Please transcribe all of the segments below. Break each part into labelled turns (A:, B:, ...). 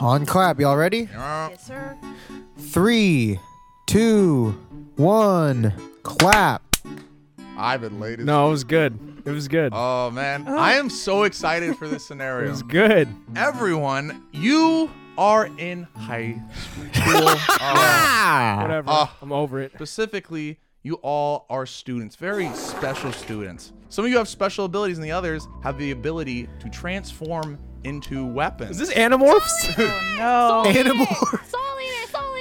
A: On clap, y'all ready?
B: Yes, sir.
A: Three, two, one, clap.
C: Ivan, ladies.
D: No, it was good. It was good. It
C: Oh man, I am so excited for this scenario.
D: was good.
C: Everyone, you are in high school. Uh,
A: Ah!
D: Whatever.
C: Ah.
D: I'm over it.
C: specifically, you all are students, very special students. Some of you have special abilities, and the others have the ability to transform into weapons.
D: Is this Animorphs?
B: Oh, no.
A: Animorphs.
D: Oh,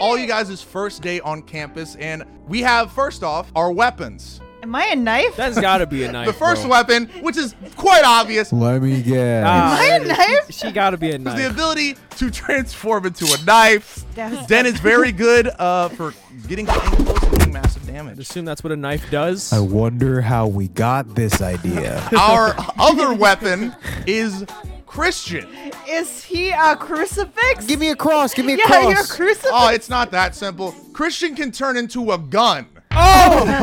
C: all you guys is first day on campus, and we have first off our weapons.
B: Am I a knife?
D: That's gotta be a knife.
C: The first
D: bro.
C: weapon, which is quite obvious,
A: Let me guess.
D: Ah,
B: Am I a
D: there it
B: knife?
D: is. She, she gotta be a
C: is the
D: knife.
C: ability to transform into a knife.
B: That's-
C: Den is very good uh, for getting close and doing massive damage.
D: Assume that's what a knife does.
A: I wonder how we got this idea.
C: Our other weapon is Christian.
B: Is he a crucifix?
A: give me a cross. Give me a
B: yeah,
A: cross.
B: you're a crucifix.
C: Oh, it's not that simple. Christian can turn into a gun.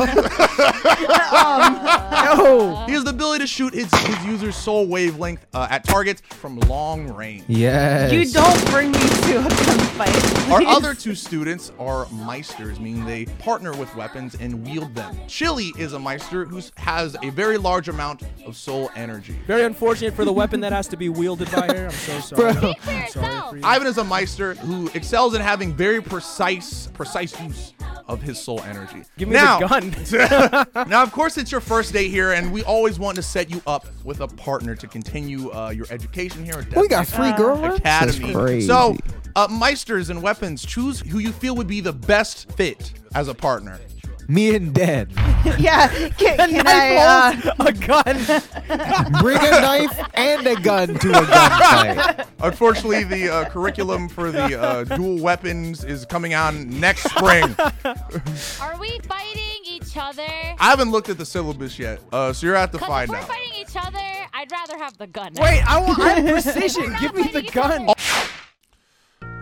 D: no.
C: He has the ability to shoot his, his user's soul wavelength uh, at targets from long range.
A: yes.
D: Oh.
B: You don't bring me to a gunfight.
C: Our
B: please.
C: other two students are meisters, meaning they partner with weapons and wield them. Chili is a meister who has a very large amount of soul energy.
D: Very unfortunate for the weapon that has to be wielded by her. I'm so sorry.
A: Bro.
D: I'm sorry for you.
C: Ivan is a meister who excels in having very precise, precise use of his soul energy.
D: Give me
C: now,
D: the gun.
C: now, of course, it's your first day here, and we always want to set you up with a partner to continue uh, your education here. At
A: We got free
B: Uh,
A: girl rights? That's
C: Academy.
A: crazy.
C: So, uh, meisters and weapons, choose who you feel would be the best fit as a partner.
A: me and Den.
B: Yeah. Can, can I? Uh,
D: Knife holds a gun.
A: Bring a knife and a gun to a gunfight.
C: Unfortunately, the uh, curriculum for the uh, dual weapons is coming on next spring.
E: Are we fighting each other?
C: I haven't looked at the syllabus yet, uh, so you're at the
E: Because
C: find
E: if we're
C: out.
E: fighting each other, I'd rather have the gun.
D: Wait, I
B: uh,
D: want I have precision. Give me the
E: Fighting each
D: gun.
E: other.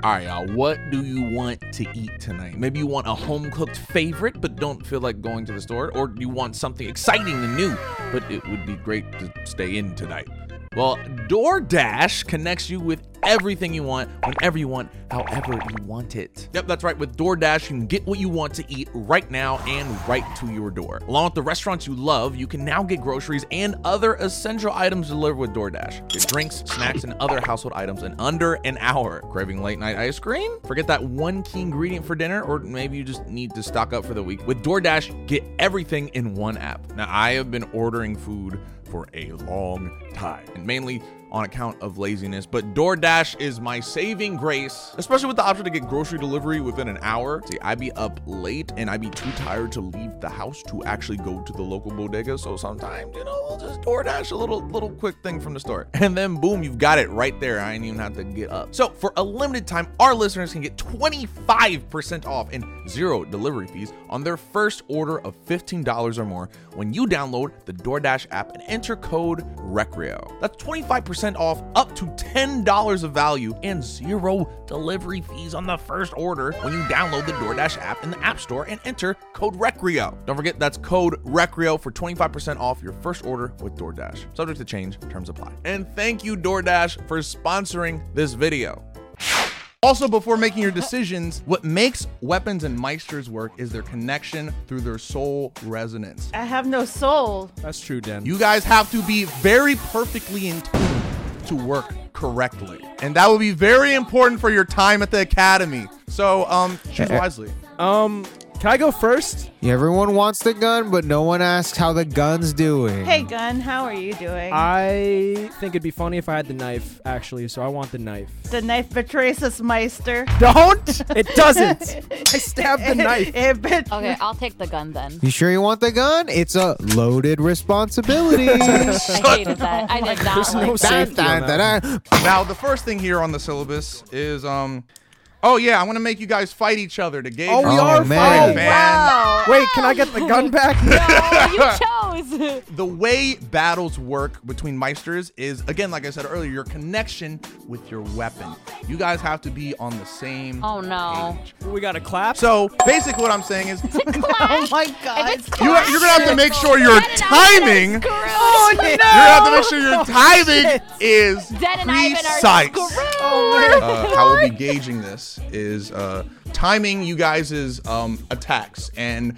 C: All right, y'all. What do you want to eat tonight? Maybe you want a home cooked favorite, but don't feel like going to the store, or you want something exciting and new, but it would be great to stay in tonight. Well, DoorDash connects you with everything you want, whenever you want, however you want it. Yep, that's right. With DoorDash, you can get what you want to eat right now and right to your door. Along with the restaurants you love, you can now get groceries and other essential items delivered with DoorDash. Your drinks, snacks, and other household items in under an hour. Craving late night ice cream? Forget that one key ingredient for dinner, or maybe you just need to stock up for the week. With DoorDash, get everything in one app. Now, I have been ordering food for a long time, and mainly on account of laziness, but DoorDash is my saving grace, especially with the option to get grocery delivery within an hour. See, I be up late and I be too tired to leave the house to actually go to the local bodega, so sometimes, you know, we'll just DoorDash a little little quick thing from the store. And then boom, you've got it right there. I didn't even have to get up. So, for a limited time, our listeners can get 25% off and zero delivery fees on their first order of $15 or more when you download the DoorDash app and enter code RECREO. That's 25% off, up to $10 of value, and zero delivery fees on the first order when you download the DoorDash app in the App Store and enter code RECREO. Don't forget that's code RECREO for 25% off your first order with DoorDash. Subject to change, terms apply. And thank you, DoorDash, for sponsoring this video. Also, before making your decisions, what makes weapons and meisters work is their connection through their soul resonance.
B: I have no soul.
D: That's true, Dan.
C: You guys have to be very perfectly in tune to work correctly. And that will be very important for your time at the academy. So, um, choose
D: Eh,
C: wisely.
D: um, can I go first?
A: Everyone wants the gun, but no one asks how the gun's doing.
B: Hey, gun, how are you doing?
D: Uh, I think it'd be funny if I had the knife, actually. So I want the knife.
B: the knife betrays us, Meister.
D: Don't! It doesn't. I stabbed the knife. Oh
B: It bet-
E: Okay, I'll take the gun then.
A: You sure you want the gun? It's a loaded responsibility.
E: I hated that. I did not like
D: no safety on
A: Dun, dun,
D: that
A: dun.
C: Now, the first thing here on the syllabus is, um, oh yeah, I want to make you guys fight each other to gauge.
D: Oh, we
C: your
A: are
C: fan.
A: fighting.
D: Wait, can I get the gun back?
E: No, Oh, you chose. Yes.
C: the way battles work between Meisters is, again, like I said earlier, your connection with your weapon. You guys have to be on the same.
E: Oh, no.
C: page.
D: We got to clap.
C: So basically, what I'm saying is,
B: Oh my
E: If
B: god.
E: it's
B: It's
E: class,
F: you're gonna have to make sure
E: it's
F: your
E: Dead and Ivan are
F: timing-
E: screwed.
D: Oh,
B: no.
F: You're gonna have to make sure your timing is
E: Oh, Dead and Ivan are
F: precise.
E: screwed.
C: uh, how we'll be gauging this is uh, timing you guys' um, attacks and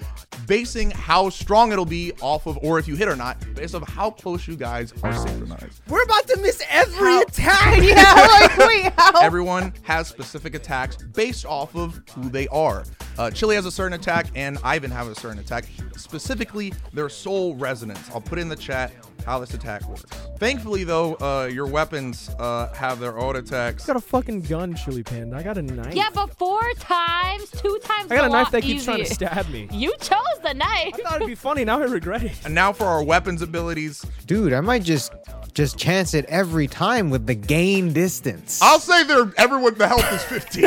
C: basing how strong it'll be off of, or if you hit or not, based off how close you guys are synchronized.
A: We're about to miss every attack.
B: yeah, like wait, how?
C: Everyone has specific attacks based off of who they are. Uh, Chili has a certain attack, and Ivan has a certain attack, specifically their soul resonance. I'll put in the chat how this attack works. Thankfully, though, uh, your weapons uh, have their own attacks.
D: I got a fucking gun, Chili Panda. I got a knife.
E: Yeah, but four times, two times.
D: I got a
E: a
D: knife
E: lot
D: that keeps trying to
E: easier.
D: stab me.
E: You chose the knife.
D: I thought it'd be funny. Now I regret it.
C: And now for our weapons abilities.
A: Dude, I might just just chance it every time with the gain distance.
C: Oh.
F: I'll say they're everyone. The health is 15.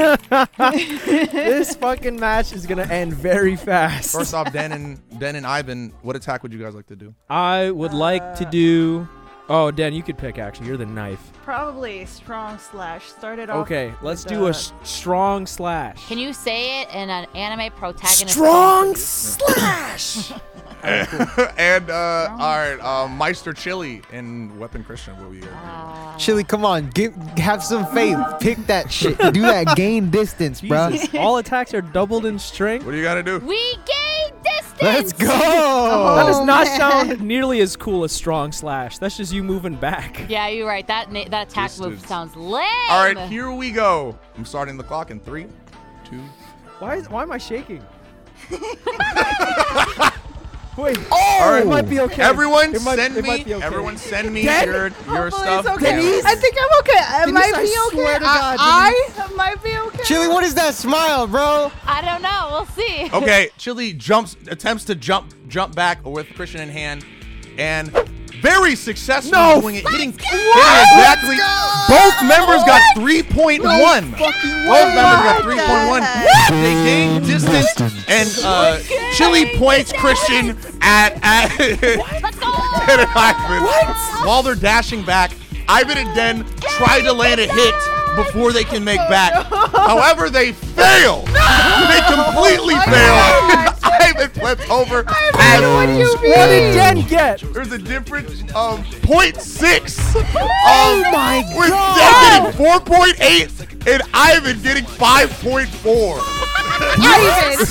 D: this fucking match is gonna end very fast.
C: First off, Den and Den and Ivan, what attack would you guys like to do?
D: I would like to do. Oh, Dan, you could pick. Actually, you're the knife.
B: Probably strong slash. Started off.
D: Okay, let's
B: with,
D: do a
B: uh,
D: s- strong slash.
E: Can you say it in an anime protagonist?
D: strong slash?
C: and uh, all right, uh, Meister Chili and Weapon Christian. What we got?
A: Chili, come on, give have some faith. Pick that shit. Do that gain distance, bruh.
D: Jesus, all attacks are doubled in strength.
C: What do you gotta do?
E: We gain distance.
A: Let's go.
D: That does
B: Oh,
D: not
B: man.
D: sound nearly as cool as strong slash. That's just you moving back.
E: Yeah, you're right. That na- that attack move
C: Distance.
E: sounds lame.
C: All right, here we go. I'm starting the clock in three, two.
D: Why is why am I shaking? Wait.
C: All right,
D: Oh, it might be okay.
C: Everyone,
D: It might-
C: send
D: it might
C: me.
D: be okay.
C: Everyone, send me
D: Den?
C: your your
B: Hopefully
C: stuff.
B: It's okay. I think I'm okay. I
A: Denise,
B: might
A: I
B: be okay.
A: swear to God,
B: I, I might be okay.
A: Chili, what is that smile, bro?
E: I don't know. We'll see.
C: Okay, Chili jumps, attempts to jump, jump back with Christian in hand, and very successful
D: No,
C: doing it, hitting exactly. Both members got 3.1. Both members got 3.1. They gain distance, and uh, Chili points Christian at at.
E: Let's go.
C: Ivan and Ivan. While they're dashing back, Ivan and Den try to land a hit before they can make back. However, they fail. They completely
A: Oh
C: fail. Ivan flips over.
B: What do
C: and
B: you mean?
D: What did Dan get?
C: there's a difference of 0.6.
A: Oh my
C: With
A: God.
C: Den getting 4.8 and Ivan getting 5.4.
B: Ivan,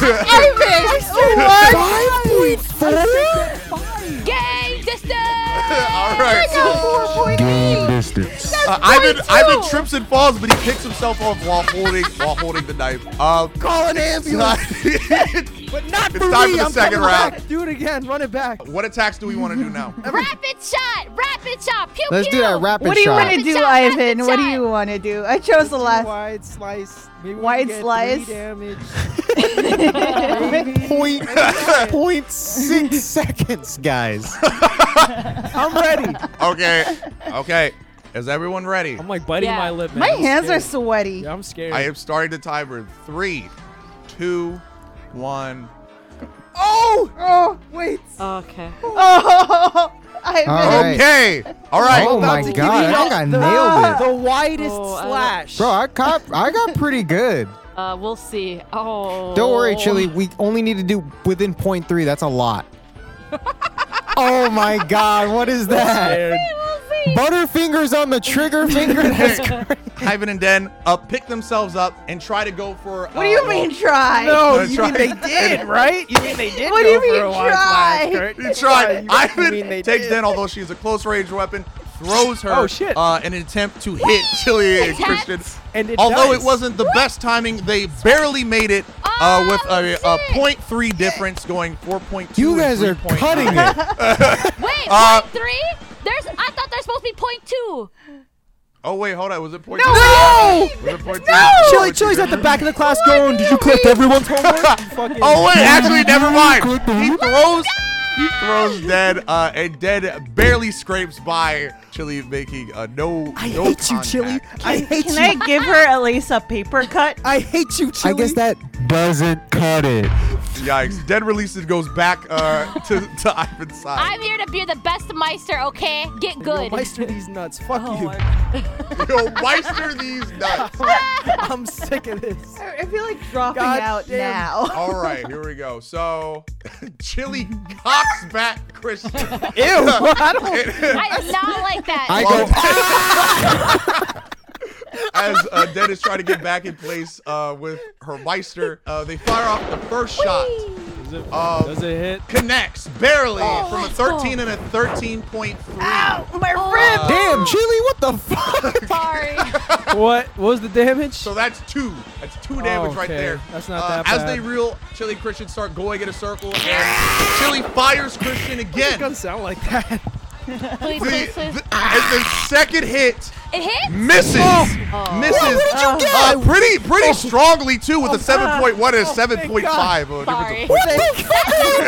B: Ivan,
A: Five point four.
E: Gain distance.
C: All right.
B: what?
C: Uh, Ivan Ivan trips and falls, but he picks himself up while holding while holding the knife. Uh,
A: Call an ambulance.
D: But not
C: It's
D: for
C: time for
D: me.
C: the
D: I'm
C: second
D: coming
C: round.
D: Back. Do it again. Run it back.
C: what attacks do we want to do now?
E: Rapid shot. Rapid shot. Pew
A: Let's
E: pew.
A: do that rapid
B: What do you
A: shot.
B: want to do, Ivan? What do you want to do? I chose the last.
D: Wide slice. Maybe we
B: Wide
D: can get
B: slice.
D: three damage.
A: Point, point six seconds, guys.
D: I'm ready.
C: Okay, okay. Is everyone ready?
D: I'm like biting
E: Yeah.
D: my lip. Man.
B: My
D: I'm
B: hands are
D: scared.
B: sweaty.
D: Yeah, I'm scared.
C: I am starting the timer. Three, two, one. Oh!
B: Oh wait.
E: Okay.
B: Oh, Ivan.
A: All right.
C: Okay. All right.
A: Oh my
D: About to give
A: god,
D: you
A: I think I
D: the-
A: nailed it.
D: The widest
E: Oh, I don't-
D: slash.
A: Bro, I cop, I got pretty good.
E: Uh, we'll see. Oh.
A: Don't worry, Chili. We only need to do within point three. That's a lot. oh my god, what is that?
D: Scared.
A: Butterfingers on the trigger finger. That's
C: Ivan and Den uh, pick themselves up and try to go for. uh,
B: What do you mean try?
D: No,
C: That's
D: you mean
C: right.
D: they did, right? You mean they did?
B: What do you
D: go for
B: mean
D: a wide
B: try?
D: slash, Kurt?
C: He tried.
D: You
C: Ivan
D: mean they
C: takes
D: did.
C: Den, although she's a close range weapon, throws her
D: Oh, shit.
C: Uh, in an attempt to hit Chili and
E: Attack.
C: Christian.
D: And it
C: although
D: does.
C: it wasn't the best timing, they barely made it uh,
E: Oh,
C: with a, a
E: shit.
C: 0.3 difference, going 4.2.
A: You
C: and
A: guys are
C: 3.9.
A: cutting it.
E: Wait.
C: Uh,
E: point three? There's. I thought there's supposed to be point two.
C: Oh wait, hold on. Was it point?
D: No!
C: two? Was it Oh, point
D: No!
C: two?
D: Chili Chili's at the back of the class going, did you clip everyone's homework? You fucking-
C: Oh wait, actually, never mind.
D: Oh
C: He throws. He throws dead, uh, and dead barely scrapes by Chili, making uh, no.
D: I
C: no
D: hate you,
C: contact.
D: Chili. I hate
B: Can
D: you.
B: I give her at least a paper cut?
D: I hate you,
A: I
D: Chili.
A: guess that doesn't cut it.
C: Yikes. Dead release it goes back uh, to, to Ivan's side.
E: I'm here to be the best Meister, okay? Get
D: Yo,
E: good.
D: Meister these nuts. Fuck you.
C: Yo, Meister these nuts.
D: I'm sick of this.
B: I I feel like dropping
D: God
B: out
D: damn.
B: now.
C: All right, here we go. So, Chili cocks back Christian.
D: Ew. I don't.
E: I do not like that.
A: I
C: Well,
A: go.
C: as uh, Dead is trying to get back in place uh, with her Meister, uh, they fire off the first shot.
D: Does it,
C: Um,
D: does it hit?
C: Connects barely
D: Oh.
C: from a
E: let's go.
C: 13 and a 13.3.
B: Ow, my
E: Oh.
B: rib.
A: Damn, Chili, what the fuck?
E: Sorry.
D: What? What was the damage?
C: So that's two. That's two damage right
D: okay.
C: there.
D: That's not
C: uh,
D: that
C: As
D: bad.
C: they reel, Chili and Christian start going in a circle, and Chili fires Christian
D: It
C: again.
D: doesn't sound like that.
E: Please,
C: The,
E: please, please.
C: the, and the second hit
E: It hit?
C: misses.
D: Oh.
C: Misses.
B: you get?
C: Uh, pretty, pretty strongly too, with a 7.1 and a
D: Oh, thank
C: 7.5. Oh, difference of
E: Sorry.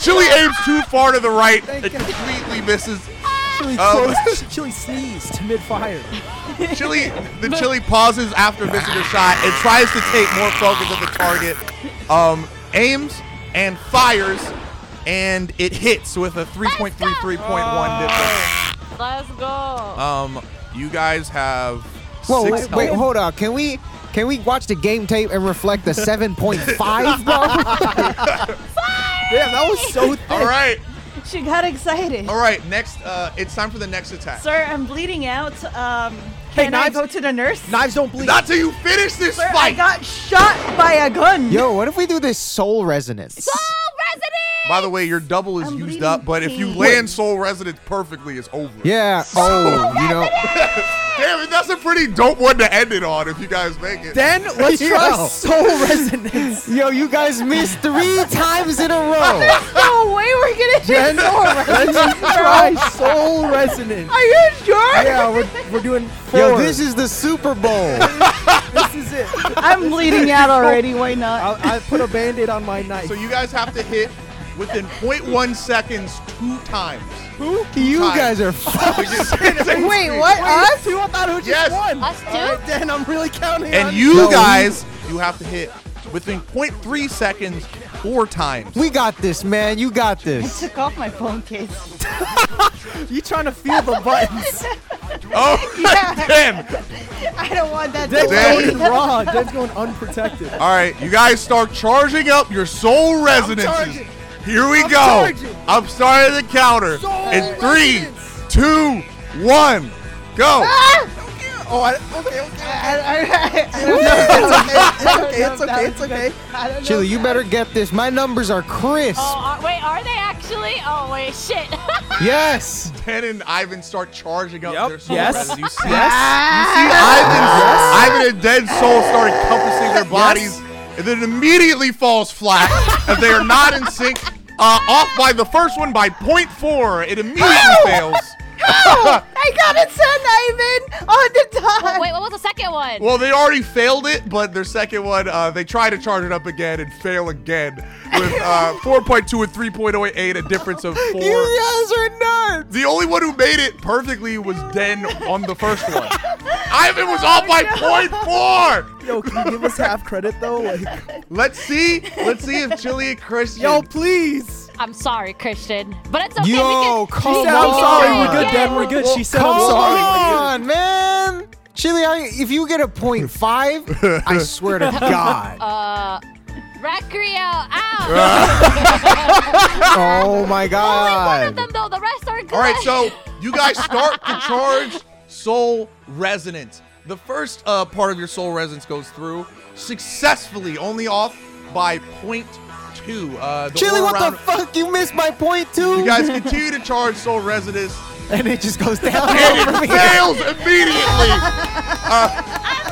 C: Chili aims too far to the right and completely misses.
D: Chili,
C: Um,
D: closed- Chili sneezed mid-fire.
C: Chili, the Chili pauses after missing her shot and tries to take more focus at the target. Um, aims and fires, and it hits with a 3.33.1 difference.
E: Let's go.
C: Um, you guys have
A: Whoa,
C: six
A: wait, wait,
C: health.
A: hold on. Can we can we watch the game tape and reflect the 7.5, bro?
D: Damn, that was so thick.
C: All right,
B: She got excited.
C: all right. Next, uh, it's time for the next attack.
B: Sir, I'm bleeding out. Um,
D: Hey,
B: can I
D: knives-
B: go to the nurse?
D: Knives don't bleed.
C: Not till you finish this
B: Sir, I
C: fight.
B: got shot by a gun.
A: Yo, what if we do this soul resonance?
E: Oh, resident!
C: By the way, your double is
B: I'm
C: used
B: bleeding
C: up, but if you
B: pink.
C: land Soul Residence perfectly, it's over.
A: Yeah. Oh, you know.
C: Damn it, that's a pretty dope one to end it on if you guys make it.
D: Then let's try
A: Yo.
D: soul resonance.
A: Yo, you guys missed three times in a row.
B: No way we're gonna do
D: Then let's try soul resonance.
B: Are you sure?
D: Yeah, we're, we're doing four.
A: Yo, this is the Super Bowl.
D: this is it.
B: I'm bleeding out already. Why not?
D: I, I put a band-aid on my knife.
C: So you guys have to hit within 0.1 seconds two times.
A: you
C: Time.
A: guys are fucked.
B: Wait, what? Us?
D: Two, I thought who just
C: Yes.
D: won.
E: Us two?
D: All right, Dan, I'm really counting on
C: And you guys, you have to hit within 0.3 seconds four times.
A: We got this, man. You got this.
B: Took off my phone case.
D: You trying to feel the buttons.
C: Oh, damn.
B: I don't want that to
D: Dan's
C: Dan.
D: going
B: bleed.
D: raw. Dan's going unprotected.
C: All right, you guys start charging up your soul resonances.
D: charging.
C: Here we
D: I'm
C: go.
D: charging.
C: I'm starting the counter.
D: Soul
C: in three,
D: resonance.
C: two, one, go.
E: Ah!
D: Oh, I, okay, okay.
B: I, I, I don't know.
D: It's okay. It's okay. It's okay.
B: I don't know.
A: Chili, you better get this. My numbers are crisp.
E: Oh, are, wait, are they actually? Oh, wait, shit.
A: Yes.
C: Ted and Ivan start charging up
D: Yep.
C: their soul
D: Yes.
C: resonance. You see
A: Yes.
C: Ivan, Ivan and Dead Soul start encompassing their bodies, and then immediately falls flat as they are not in sync. Uh, off by the first one by 0.4. It immediately fails.
B: I got it, son Ivan, on the dot.
E: wait, what was the second one?
C: Well, they already failed it, but their second one, uh, they try to charge it up again and fail again with uh, 4.2 and 3.08, a difference of four.
A: You guys are nuts.
C: The only one who made it perfectly was Den on the first one. Ivan was off
A: Oh
C: by 0.4.
D: Yo, can you give us half credit though? Like,
C: Let's see. Let's see if Chili and Christian.
D: yo, please.
E: I'm sorry, Christian. But it's okay.
A: Yo,
E: we can,
A: come
E: we
C: Oh,
D: She
E: can
D: said, I'm
E: do
D: sorry.
E: it
D: We're good,
E: again.
D: Dan. We're good. She said,
A: Come
D: I'm sorry.
A: on, man. Chili, I, if you get a point five, I swear to God.
E: Uh, Recreo out.
A: Oh my
E: Only one of
A: God.
E: them, though. The rest are good.
C: All right, so you guys start to charge soul resonance. The first uh, part of your soul resonance goes through successfully, only off by point two. Uh, the
A: Chili,
C: order
A: what the
C: round-
A: fuck? You missed my point too.
C: You guys continue to charge soul resonance,
A: and it just goes down
C: and
A: over
C: it
A: me.
C: fails immediately.
D: ah,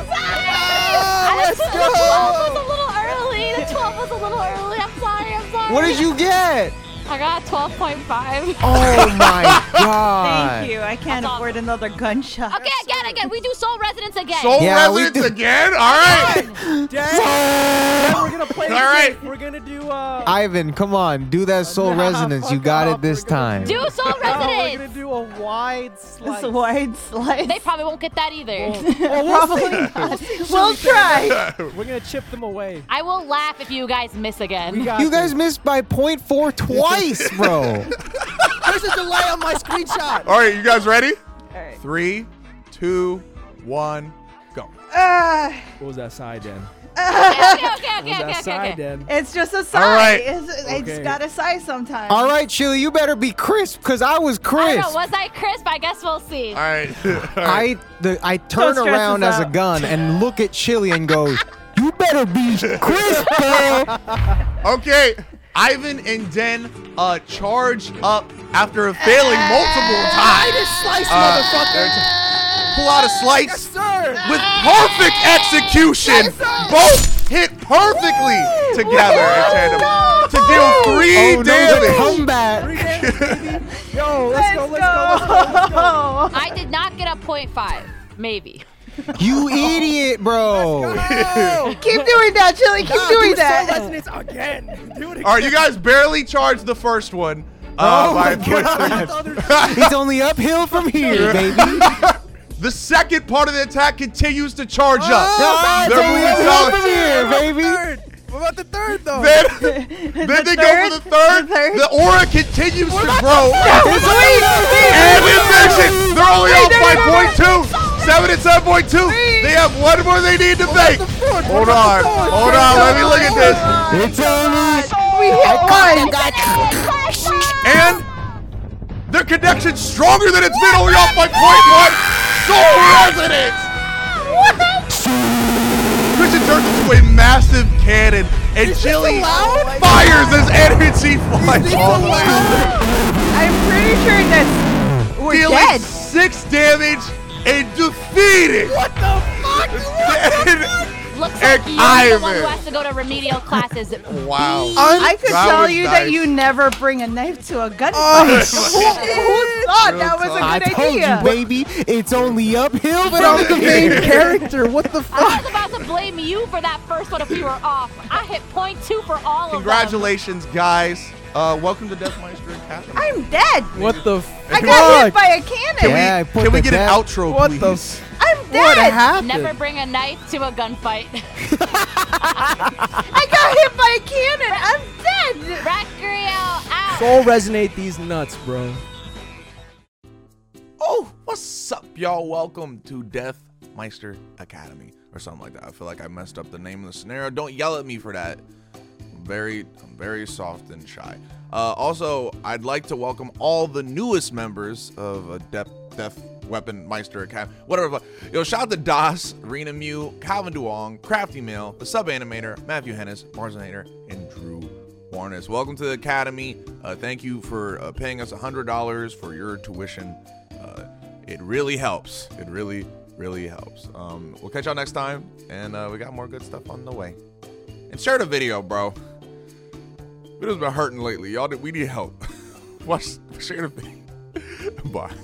E: I was, the 12 was a little early. The 12 was a little early. I'm sorry. I'm sorry.
A: What did you get?
E: I got 12.5.
A: Oh my god.
B: Thank you. I can't
E: That's
B: afford another gunshot.
E: Okay, again, again. We do soul residence again.
C: Soul
A: Yeah, we
C: residents
A: did-
C: again? All right.
D: Dan, Dan, we're gonna play.
C: All
D: this
C: right.
D: game. we're gonna do. Uh,
A: Ivan, come on, do that soul
D: Nah,
A: resonance. You
D: fuck
A: got
D: off.
A: it this
D: We're gonna
A: time.
E: Do soul
D: no, we're
E: residence.
D: gonna do a wide slice. Oh,
B: This wide slice.
E: They probably won't get that either.
B: probably not. We'll try.
D: We're gonna chip them away.
E: I will laugh if you guys miss
D: We
E: again.
D: got
A: You guys
D: this.
A: missed by 0.4 twice, bro.
D: There's a delay on my screenshot.
C: All right, you guys ready?
B: All right.
C: Three, two, one, go.
B: Ah,
D: What was that side, Dan?
E: okay, okay, okay,
D: What was
E: okay,
D: that
E: okay,
D: side,
E: okay.
D: Dan?
B: it's just a sigh.
C: right.
B: It's, I
D: Okay.
B: just gotta sigh sometimes.
A: All right, Sheila, you better be crisp because I was
E: I don't know.
A: crisp.
E: Was I crisp? I guess we'll see.
C: All right.
A: I the, I turn
B: stress us
A: around as a
B: out.
A: gun and look at Chili and go, "You better be crisp, bro." Oh,
C: Okay, Ivan and Den uh, charge up after failing multiple times.
D: Slice,
C: Uh,
D: motherfucker.
C: Pull out a slice
D: Sir.
C: with perfect execution. Both hit perfectly together in tandem to deal three
A: oh no, the
C: damage.
A: comeback!
D: Yo, let's,
B: Let's
D: go,
B: go.
D: let's go, let's go.
E: I did not get a point five. Maybe.
A: You idiot, bro.
B: Keep doing that, Chili. Keep doing that.
D: again. Do it again.
C: All right, you guys barely charged the first one. Uh,
A: Oh
C: by
A: my
C: point
A: God.
C: three.
D: The other-
A: It's only uphill from here, baby.
C: The second part of the attack continues to charge up.
A: Oh,
C: They're
A: it's only
C: moving
A: uphill from
C: down.
A: here, baby.
D: Third. What about the third though?
C: Then, then they go for the third.
B: the third.
C: The aura continues to grow.
A: It's only-
C: And infection! They're only off by point two! Seven and seven point two! They have one more they need to make! Hold on, hold on, let me look at this.
A: It's only.
B: We hit one.
C: And their connection's stronger than it's been, only off by point one! Soul Resonance! Christian turns into a massive cannon and Jilly fires as energy flies all the way.
B: I'm pretty sure that's we're
C: dealing
B: dead.
C: six damage and defeated. What the fuck?
E: Looks
C: Heck,
E: like you're the one
C: Ivan.
E: who has to go to remedial classes.
C: wow.
B: I could
C: That
B: tell
C: was
B: you
C: nice.
B: that you never bring a knife to a gunfight.
D: Oh.
B: who, who thought that was a good
A: I told
B: idea?
A: you, baby. It's only uphill from
D: the main character. What the fuck?
E: I was about to blame you for that first one if we were off. I hit point two for all of them.
C: Congratulations, guys. Uh, welcome to Death Meister and Catherine.
B: I'm dead.
D: What the
B: I
D: fuck?
B: got hit by a cannon.
A: Yeah. I put
C: Can we
A: the
C: get
A: death-
C: an outro,
D: What
C: please?
D: the
B: I'm
D: What
B: dead.
D: happened?
E: Never bring a knife to a gunfight.
B: I got hit by a cannon. I'm dead.
E: Racrio out.
D: Soul resonate these nuts, bro.
C: Oh, what's up, y'all? Welcome to Death Meister Academy or something like that. I feel like I messed up the name of the scenario. Don't yell at me for that. I'm very, I'm very soft and shy. Uh, also, I'd like to welcome all the newest members of uh, Death, Death Weapon Meister Academy. Whatever. the- Yo, shout out to Das, Rena Mew, Calvin Duong, Crafty Mail, the Sub Animator, Matthew Hennis, Marzonator, and Drew Warnes, welcome to the Academy. Uh, thank you for uh, paying us $100 for your tuition. Uh, it really helps. It really, really helps. Um, we'll catch y'all next time, and uh, we got more good stuff on the way. And share the video, bro. Video's been hurting lately. Y'all, we need help. Watch, share the video. Bye.